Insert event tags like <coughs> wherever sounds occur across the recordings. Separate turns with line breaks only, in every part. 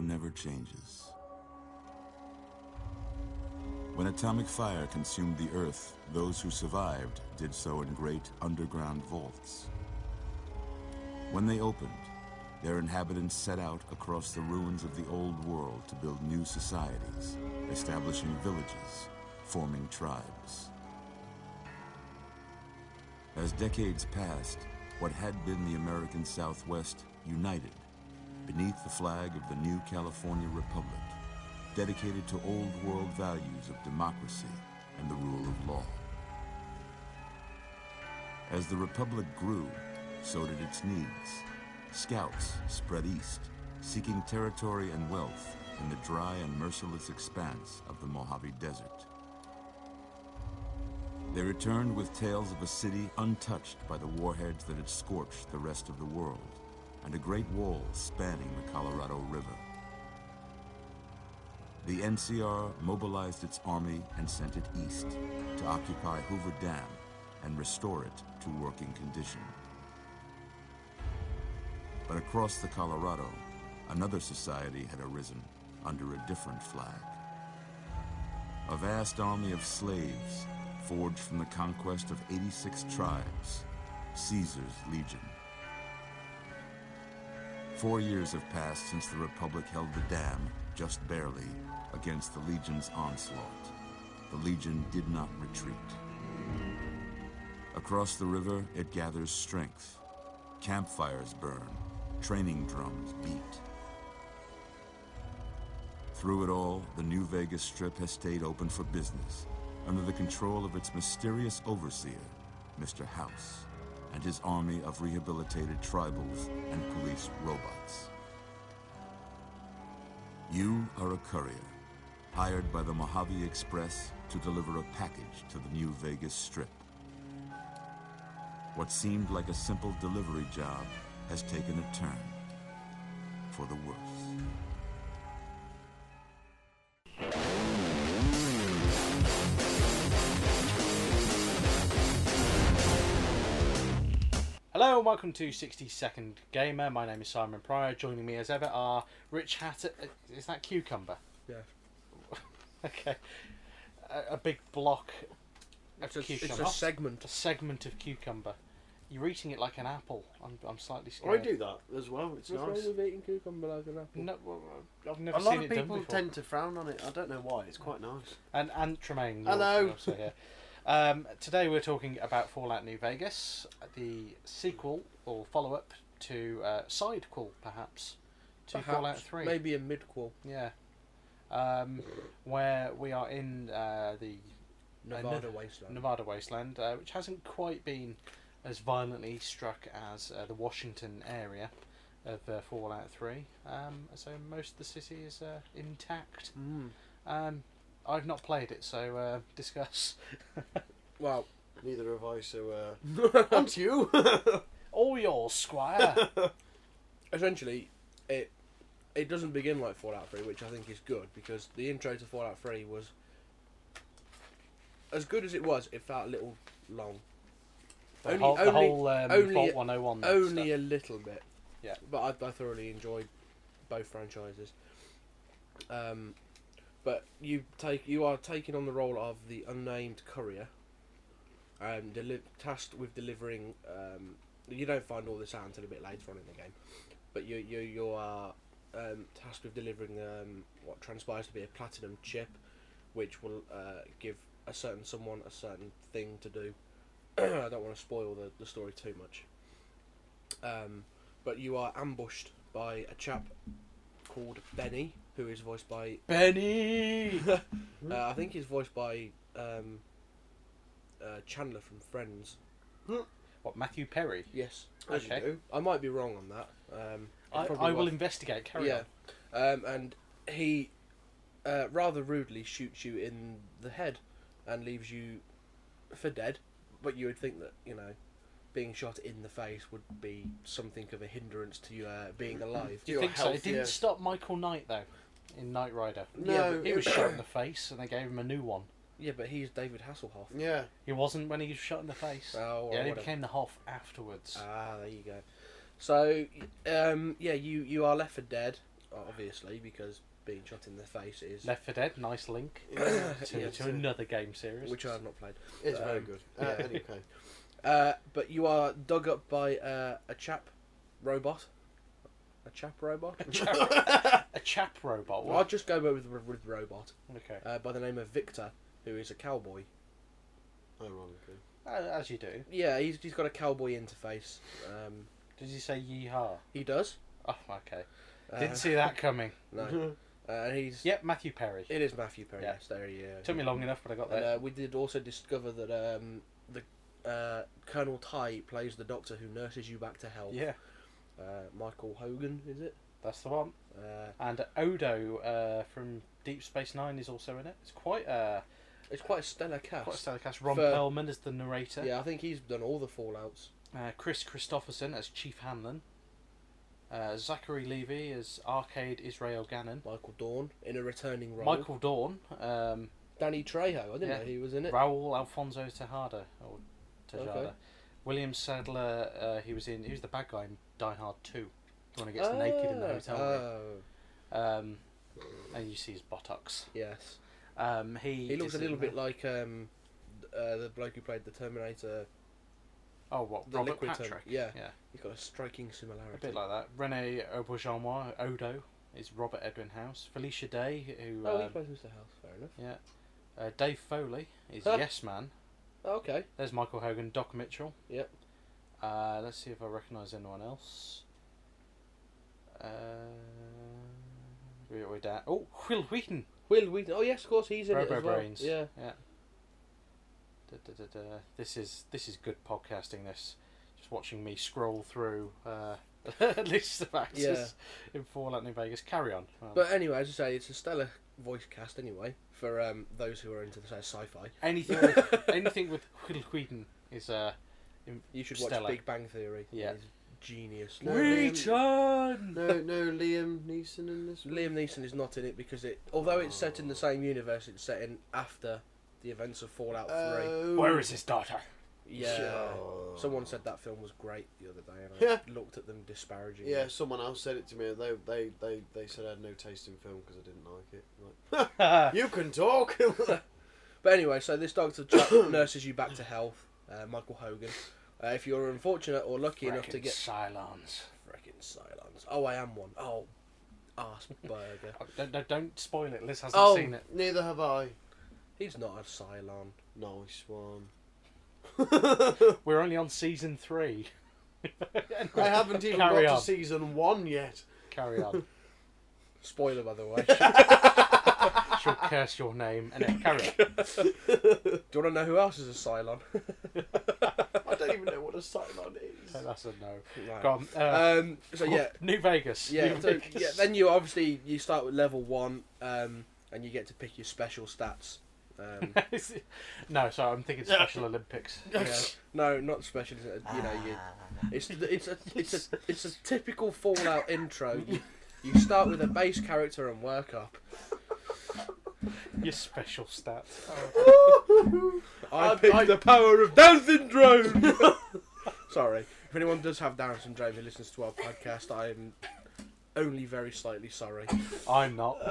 never changes. When atomic fire consumed the Earth, those who survived did so in great underground vaults. When they opened, their inhabitants set out across the ruins of the old world to build new societies, establishing villages, forming tribes. As decades passed, what had been the American Southwest united beneath the flag of the new California Republic, dedicated to old world values of democracy and the rule of law. As the Republic grew, so did its needs. Scouts spread east, seeking territory and wealth in the dry and merciless expanse of the Mojave Desert. They returned with tales of a city untouched by the warheads that had scorched the rest of the world, and a great wall spanning the Colorado River. The NCR mobilized its army and sent it east to occupy Hoover Dam and restore it to working condition. But across the Colorado, another society had arisen under a different flag. A vast army of slaves forged from the conquest of 86 tribes, Caesar's legion. Four years have passed since the Republic held the dam, just barely, against the legion's onslaught. The legion did not retreat. Across the river, it gathers strength. Campfires burn, training drums beat. Through it all, the New Vegas Strip has stayed open for business, under the control of its mysterious overseer, Mr. House, and his army of rehabilitated tribals and police robots. You are a courier, hired by the Mojave Express to deliver a package to the New Vegas Strip. What seemed like a simple delivery job has taken a turn for the worse.
Hello and welcome to 60 Second Gamer. My name is Simon Pryor. Joining me as ever are Rich Hatter. uh, Is that cucumber? <laughs>
Yeah.
Okay. A, a big block,
It's a, it's
Cucumber.
a segment.
a segment of cucumber. You're eating it like an apple. I'm, I'm slightly
I
scared.
do that as well. It's nice.
eating cucumber like an apple?
No, well, I've never
A lot
seen
of
it done
people
before.
tend to frown on it. I don't know why. It's quite nice.
And Ant Tremaine. you're
Hello.
Also here. Um, today we're talking about Fallout New Vegas, the sequel or follow-up to uh, sidequel, perhaps, to Fallout Three.
Maybe a midquel.
Yeah. Um, where we are in uh, the
Nevada
Nevada.
wasteland.
Nevada wasteland, uh, which hasn't quite been as violently struck as uh, the Washington area of uh, Fallout 3. Um, so most of the city is uh, intact.
Mm.
Um, I've not played it, so uh, discuss. <laughs>
Well,
Neither have I, so
<laughs>
uh, on to you. <laughs>
All yours, Squire.
essentially, it it doesn't begin like Fallout 3, which I think is good because the intro to Fallout 3 was as good as it was. It felt a little long,
<laughs> the
Only-
whole, the
only-
whole um,
only-
Vault 101. there
only
stuff.
a little bit.
Yeah.
but I, I thoroughly enjoyed both franchises. Um, but you take you are taking on the role of the unnamed courier, um, deli- tasked with delivering. Um, you don't find all this out until a bit later on in the game, but you you you are um, tasked with delivering um, what transpires to be a platinum chip, which will uh, give a certain someone a certain thing to do. <clears throat> I don't want to spoil the, the story too much. Um, but you are ambushed by a chap called Benny, who is voiced by.
Benny!
<laughs> uh, I think he's voiced by um, uh, Chandler from Friends.
what, Matthew Perry?
Yes,
As
Okay.
you do.
I might be wrong on that. Um, it
I,
probably
I will
was.
investigate. Carry
yeah, Um, and he uh, rather rudely shoots you in the head and leaves you for dead. But you would think that you know, being shot in the face would be something of a hindrance to you uh, being alive.
Do you
Your
think so? It
health,
didn't
yeah.
stop Michael Knight though, in Knight Rider.
No,
He was shot in
<coughs>
the face, and they gave him a new one.
Yeah, but he's David Hasselhoff.
yeah.
He wasn't when he was shot in the face.
Oh, well,
yeah, he
whatever. Uh,
became the Hoff afterwards.
Ah, there you go. So, um, yeah, you you are left for dead. obviously, because being shot in the face is.
Left for Dead, nice link
<laughs> Yeah,
to,
Yeah,
to
so-
another game series.
Which I have not played.
It's very
Um,
good. Uh,
yeah.
Anyway, <laughs>
Uh, but you are dug up by uh, a chap robot. A chap robot?
a, chap, a chap robot.
Well, I'll
What?
just go with, with robot
Okay,
uh, by the name of Victor, who is a cowboy.
ironically.
Uh, as you do.
Yeah, he's, he's got a cowboy interface. Um,
Did you say yeehaw?
he does.
Oh, okay.
Uh,
Didn't see that coming.
No. Uh, and he's.
Yep, Matthew Perry.
It is Matthew Perry.
Yeah.
Yes, there he is.
Took me long enough, but I got
And
there.
uh, we did also discover that um, the uh, Colonel Ty plays the Doctor who nurses you back to health.
yeah,
Uh, Michael Hogan, is it?
that's the one.
Uh,
And Odo uh, from Deep Space Nine is also in it. It's quite a
it's quite a stellar cast.
quite a stellar cast. Ron
For-
Perlman is the narrator.
yeah, I think he's done all the Fallout's.
Uh, Chris Christopherson as Chief Hanlon. Uh, Zachary Levy as Arcade Israel Gannon.
Michael Dawn in a returning role.
Michael Dawn, um,
Danny Trejo, I didn't
Yeah.
know he was in it.
Raul Alfonso Tejada or Tejada.
Okay.
William Sadler, uh, he was in. He was the bad guy in Die Hard Two. When he gets naked in the
Ah,
hotel room,
oh,
um, and you see his buttocks.
yes.
Um, he
He looks
is
a little
in
bit
the-
like um, uh, the bloke who played the Terminator.
oh what
the
Robert
liquid term-
Patrick.
yeah.
yeah,
He's got a striking similarity.
a bit like that. Rene Auberjonois, Odo, is Robert Edwin House. Felicia Day, who
Oh, he
um,
plays Mr. House. Fair enough.
Yeah. Uh, Dave Foley is
Huh?
Yes Man.
Oh, Okay.
There's Michael Hogan, Doc Mitchell.
Yep.
Uh, let's see if I recognise anyone else. Uh, we we down. Oh, Will Wheaton.
Will Wheaton. Oh yes, of course he's in it
Robo
as well.
Brains.
Yeah.
Yeah. Da, da, da, da. This is this is good podcasting. This just watching me scroll through uh, <laughs> a list of actors in Fallout New Vegas. Carry on. Well,
But anyway, as I say, it's a stellar voice cast anyway for um, those who are into the sci-fi.
anything
<laughs>
with, anything with Will Wheaton is uh,
You should watch
Stellar.
Big Bang Theory.
Yeah.
It's genius.
No,
Wheaton.
<laughs> No, no Liam Neeson in this. one?
Liam Neeson is not in it because it, although it's set in the same universe, it's set in after the events of Fallout Three.
Oh.
Where is his <laughs> daughter?
yeah.
sure.
Someone said that film was great the other day, and I
Yeah.
looked at them disparagingly.
Yeah, someone else said it to me. and They they they, they said I had no taste in film because I didn't like it.
<laughs>
Like, you can talk. <laughs>
But anyway, so this doctor chap <coughs> nurses you back to health. Uh, Michael Hogan. Uh, if you're unfortunate or lucky enough to
Frickin'
get
Cylons.
Frickin' Cylons. Oh, I am one. Oh, ass burger.
Oh, don't, don't, don't spoil it. Liz hasn't
oh,
seen it.
neither have I.
He's not a Cylon.
Nice one. <laughs>
We're only on season three.
I haven't even
Carry
got
on.
to season one yet.
Carry <laughs> on.
Spoiler, by the
<laughs>
way.
She'll curse your name and then <laughs> carry on.
Do you want to know who else is a Cylon?
I don't even know what a Cylon is.
That's a no.
Right.
Go on. Uh,
Um, so yeah,
<laughs> New Vegas.
yeah,
New
<laughs>
so,
Vegas.
yeah.
<laughs>
Then you obviously you start with level one, um, and you get to pick your special stats.
<laughs>
Um,
no, sorry, I'm thinking Special Olympics.
<laughs> yeah. No, not special. is it? You know, you, it's it's a it's a it's a typical Fallout intro. You, you start with a base character and work up.
Your special stats.
<laughs> I
I-
picked
I-
the power of Down syndrome. <laughs> sorry, if anyone does have Down syndrome who listens to our podcast, I am only very slightly sorry.
I'm not.
Uh,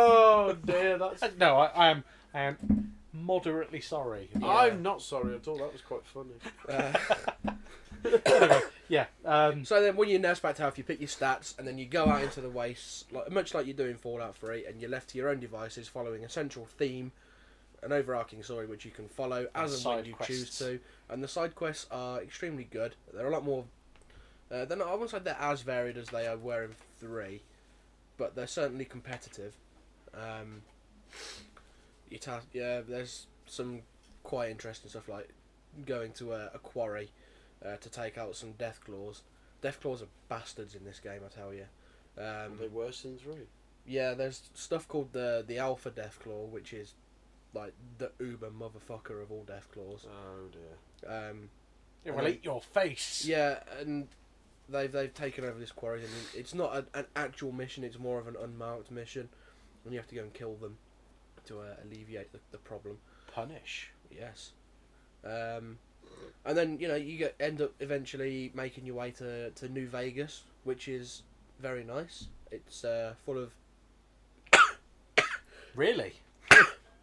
<laughs>
Uh,
Oh dear, that's.
no, I, I am. I am moderately sorry.
I'm not sorry at all. That was quite funny.
Uh,
Yeah. Um,
so then, when you nurse back to health, you pick your stats, and then you go out into the wastes, like, much like you do in Fallout 3, and you're left to your own devices, following a central theme, an overarching story which you can follow as and when
side
you
quests.
choose to. And the side quests are extremely good. They're a lot more. Uh, they're not. I won't say they're as varied as they were in three, but they're certainly competitive. Um, you ta- yeah, there's some quite interesting stuff like going to a, a quarry uh, to take out some death claws. Death claws are bastards in this game, I tell you. Um,
they were in three.
yeah, there's stuff called the the Alpha Deathclaw, which is like the uber motherfucker of all Deathclaws.
Oh dear.
Um,
it will eat your face.
yeah, and they've they've taken over this quarry, and it's not a, an actual mission; it's more of an unmarked mission, and you have to go and kill them to uh, alleviate the, the problem.
Punish.
Yes. Um, and then you know you get end up eventually making your way to, to New Vegas, which is very nice. It's uh, full of
Really?
<coughs>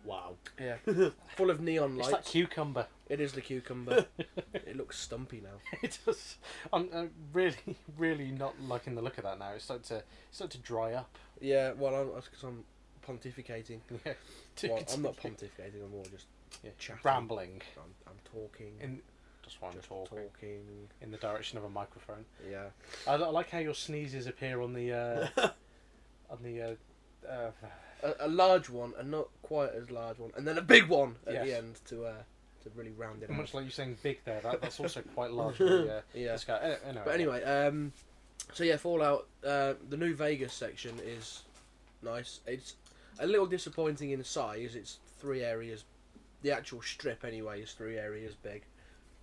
Wow.
yeah, <laughs> full of neon
It's
lights.
like cucumber. <laughs>
It is the cucumber. it looks stumpy now.
It does. I'm, I'm really, <laughs> really not liking the look of that now. It's starting to, it's starting to dry up. <laughs>
Yeah, well, I'm because I'm pontificating.
Yeah. To
Well, I'm not
continue.
pontificating. I'm more just
Yeah.
chatting.
Rambling.
I'm, I'm talking.
In, just while I'm
just
talking.
talking.
In the direction of a microphone.
Yeah.
I, li- I like how your sneezes appear on the, uh,
<laughs>
on the, uh, uh,
a, a large one and not quite as large one, and then a big one at the
Yes.
end to uh, to really round it out.
much like you saying big there, that, that's also
<laughs>
quite large. for the, uh,
Mm. Yeah.
this guy. Any- Anyway,
But anyway, um, so yeah, Fallout. Uh, the new Vegas section is nice. It's a little disappointing in size. It's three areas. The actual strip, anyway, is three areas big.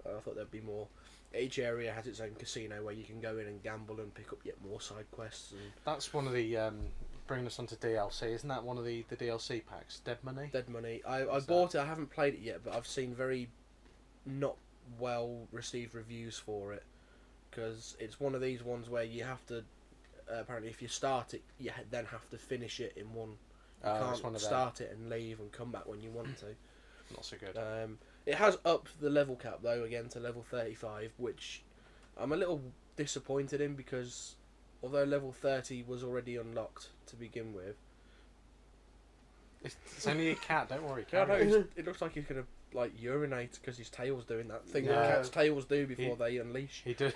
Uh, I thought there'd be more. Each area has its own casino where you can go in and gamble and pick up yet more side quests. And
That's one of the um, bringing us onto DLC. Isn't that one of the, the DLC packs? Dead Money.
Dead Money. I, I
What's
bought it. I haven't played it yet, but I've seen very not well received reviews for it because it's one of these ones where you have to. Uh, apparently, if you start it, you ha- then have to finish it in one. You
Oh, that's
can't
one of them.
start it and leave and come back when you want to.
Not so good.
Um, it has upped the level cap though again to level thirty-five, which I'm a little disappointed in because although level thirty was already unlocked to begin with,
It's, it's only a cat. Don't worry,
<laughs> Yeah, I
cat.
know. he's- It looks like he's gonna like urinate because his tail's doing that thing that
Yeah.
cats' tails do before they unleash.
He did.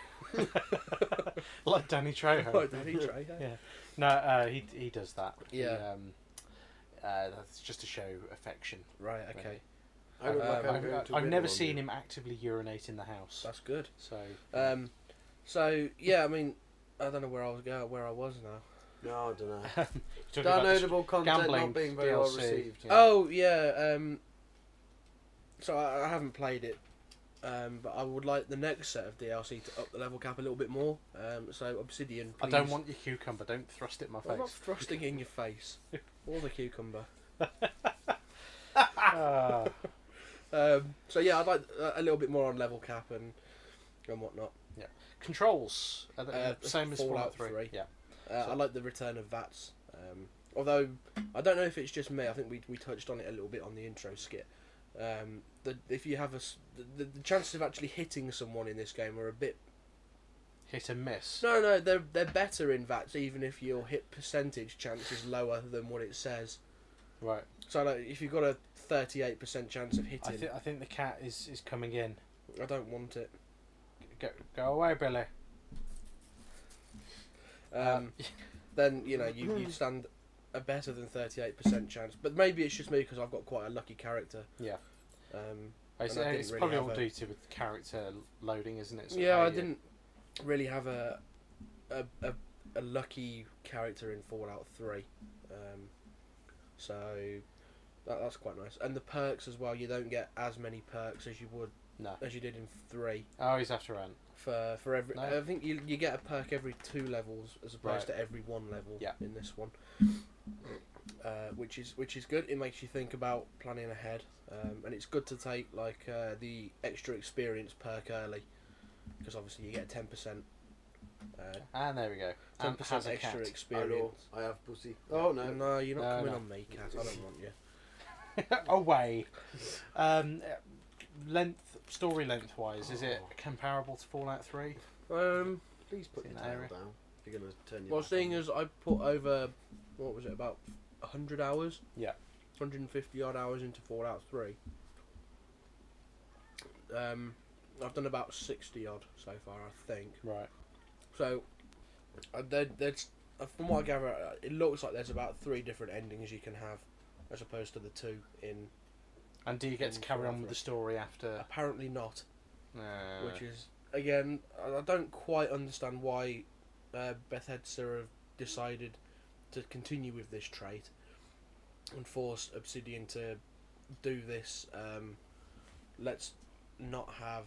like Danny Trejo.
Like Danny
<laughs>
Trejo.
Yeah. No, uh, he he does that. He,
Yeah.
um, uh, that's just to show affection.
Right. Okay.
I look
Um,
like I'm
I've,
going to
I've
win
never
on
seen
you.
him actively urinate in the house.
That's good.
So
Um, so yeah, I mean, I don't know where I was going, where I was now.
No, I
<laughs>
don't know.
talking about this-
Downloadable content
gambling
not being very well
DLC.
received.
Yeah.
Oh yeah. Um, so I, I haven't played it, um, but I would like the next set of DLC to up the level cap a little bit more. Um, so Obsidian.
I don't
please-
want your cucumber. Don't thrust it in my
I'm not
face.
thrusting in
<laughs>
your face or the cucumber.
Ah.
Um, so yeah, I'd like uh, a little bit more on level cap and and whatnot.
controls are the,
Uh,
same as
Fallout
Fallout Three.
3.
Yeah,
Uh, I like the return of Vats. Um, although I don't know if it's just me. I think we, we touched on it a little bit on the intro skit. Um, the, if you have a s- the, the chances of actually hitting someone in this game are a bit
hit and miss.
no no they're they're better in Vats even if your hit percentage chance is lower than what it says.
Right.
So like, if you've got a thirty eight percent chance of
I,
hitting, I,
th- I think the cat is, is coming in.
don't want it.
Go, go away, Billy. <laughs>
Um, then you know you you stand a better than thirty eight percent chance. But maybe it's just me because I've got quite a lucky character.
Yeah.
Um,
It's,
and I didn't
it's
really
probably
have
all
a-
due to with character loading, isn't it? So
yeah,
how
I
you-
didn't really have a a, a a lucky character in Fallout Three, um, so that, that's quite nice. And the perks as well. You don't get as many perks as you would
No.
as you did in Three
Oh, he's after Ant.
for for every.
No.
I think you you get a perk every two levels as opposed
Right.
to every one level
Yeah.
in this one. Uh, which is which is good. It makes you think about planning ahead, um, and it's good to take like uh, the extra experience perk early, because obviously you get ten percent, uh,
And there we go.
ten
Ant has
percent
a
extra
cat.
experience.
Hello, I have pussy. Oh no.
no, you're not
No,
coming
no.
on me, cat. I
<laughs>
don't want you.
away. Um, uh, length, story length wise, is it
Oh.
comparable to Fallout Three?
Um,
Please put
It's
your
in
tail
area.
down. If you're gonna turn your
well,
back
seeing
on
as I put over, what was it about, hundred hours?
Yeah.
Hundred and fifty odd hours into Fallout Three. Um, I've done about sixty odd so far, I think.
Right.
So, uh, there, there's uh, from what I gather, uh, it looks like there's about three different endings you can have, as opposed to the two in.
And do you get to
In
carry
Fallout
on with the
three.
story after?
Apparently not,
Uh,
which is again I I don't quite understand why uh, Beth Hedser have decided to continue with this trait and force Obsidian to do this. Um, let's not have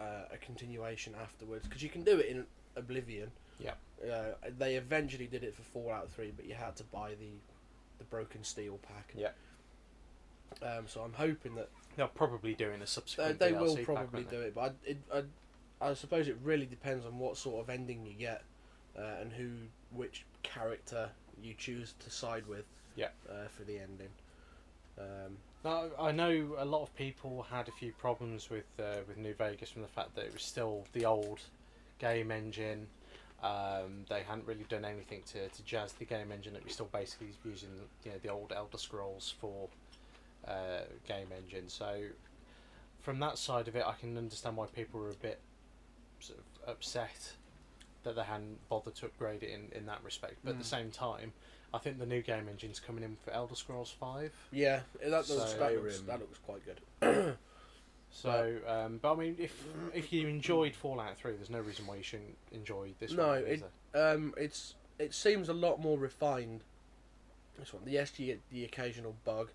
uh, a continuation afterwards because you can do it in Oblivion.
Yeah.
Uh, they eventually did it for Fallout Three, but you had to buy the the broken steel pack.
Yeah.
Um, so I'm hoping that
they'll probably do in a
they,
subsequent.
they
DLC
will
pack,
probably
won't they?
do it, but I, it, I, I suppose it really depends on what sort of ending you get uh, and who which character you choose to side with.
Yeah.
Uh, for the ending. Um,
Now, I know a lot of people had a few problems with uh, with New Vegas from the fact that it was still the old game engine. Um, they hadn't really done anything to, to jazz the game engine. It was still basically using you know the old Elder Scrolls for uh, game engine. So from that side of it, I can understand why people were a bit sort of upset that they hadn't bothered to upgrade it in, in that respect. But at the
Mm.
same time, I think the new game engine's coming in for Elder Scrolls Five.
yeah, that looks,
So-
that, looks, that looks quite good.
So, um, but I mean, if if you enjoyed Fallout Three, there's no reason why you shouldn't enjoy this
No,
one. is
it-
there?
Um, it's it seems a lot more refined. This one, yes, you get the occasional bug.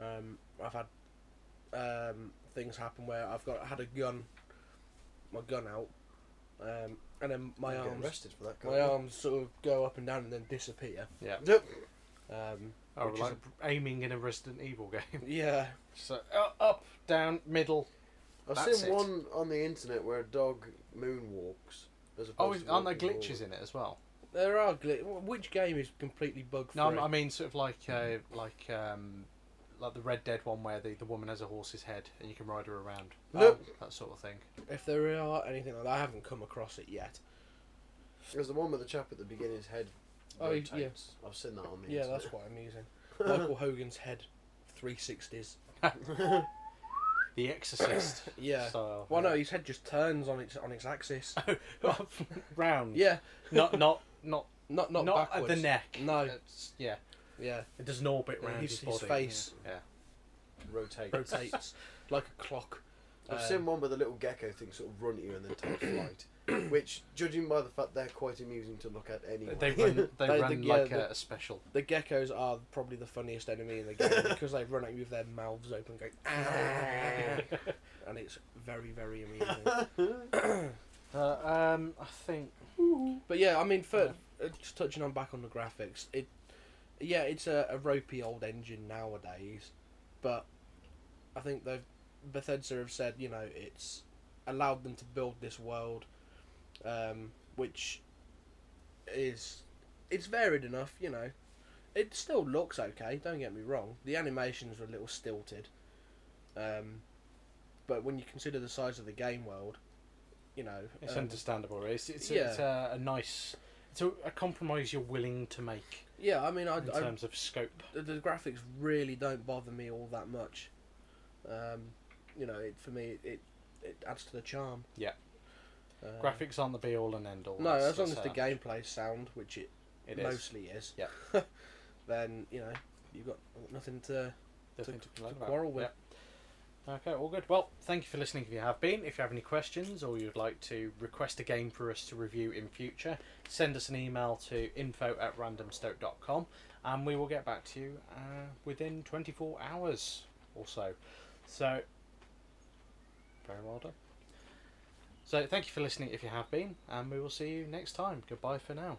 Um, I've had um, things happen where I've got had a gun, my gun out, um, and then my
You're getting
arms,
arrested for that. can't
my
you?
arms sort of go up and down and then disappear.
yeah.
Nope.
Um,
Oh,
which is
like aiming in a Resident Evil
<laughs>
game.
yeah,
so uh, up, down, middle.
I've
That's
seen
it.
one on the internet where a dog moonwalks. As
Oh,
opposed to
aren't there
walking
glitches in it as well?
there are glitch. Which game is completely bug free?
No, I'm- I mean sort of like uh, like um, like the Red Dead one where the, the woman has a horse's head and you can ride her around. That,
Nope.
that sort of thing.
if there are anything like that, I haven't come across it yet.
forward. There's the one with the chap at the beginning. His head.
Oh, yeah.
rotates. I've seen that on the
Yeah, that's
internet.
quite amusing. <laughs> Michael Hogan's head, three sixties.
<laughs>
The Exorcist.
<coughs> Yeah.
Style. <laughs>
Well, no, his head just turns on its on its axis.
no, round.
yeah,
Not not not
not
not,
not,
at
backwards.
the neck.
No.
It's- yeah.
Yeah,
It does an orbit
Yeah,
round
his-
his,
his
body,
face.
Yeah.
rotate.
rotates <laughs> like a clock.
I've
Um,
seen one with a little gecko thing sort of run at you and then take flight, which, judging by the fact they're quite amusing to look at anyway.
They
<laughs>
run. They,
They-
run
the-
like
yeah,
a, a special.
The geckos are probably the funniest enemy in the game because they run at you with their mouths open, going, "Ah." and it's very very amusing. Uh,
But, um, I think.
But yeah, I mean, for, uh, just touching on back on the graphics, it yeah, it's a, a ropey old engine nowadays, but I think they've Bethesda have said you know it's allowed them to build this world, um, which is it's varied enough, you know. It still looks okay. Don't get me wrong. The animations were a little stilted, um, but when you consider the size of the game world, you know
It's
um,
understandable. Right? It's it's,
yeah.
it's a, a nice. It's a, a compromise you're willing to make
yeah. I mean, I,
in
I
terms of scope.
the, the graphics really don't bother me all that much. Um, you know, it, for me, it it adds to the charm.
Yeah.
Uh,
Graphics aren't the be all and end all.
No,
That's-
as long as
that's
the
how
gameplay's sound, which it,
um, It is.
mostly is.
Yeah.
<laughs> then you know you've got nothing to.
There's
to-
nothing complain
to
about.
quarrel with.
Yeah. Okay, all good. Well, thank you for listening. If you have been, if you have any questions or you'd like to request a game for us to review in future, send us an email to info at randomstoke.com and we will get back to you uh, within 24 hours or so. So, very well done. So, thank you for listening if you have been, and we will see you next time. Goodbye for now.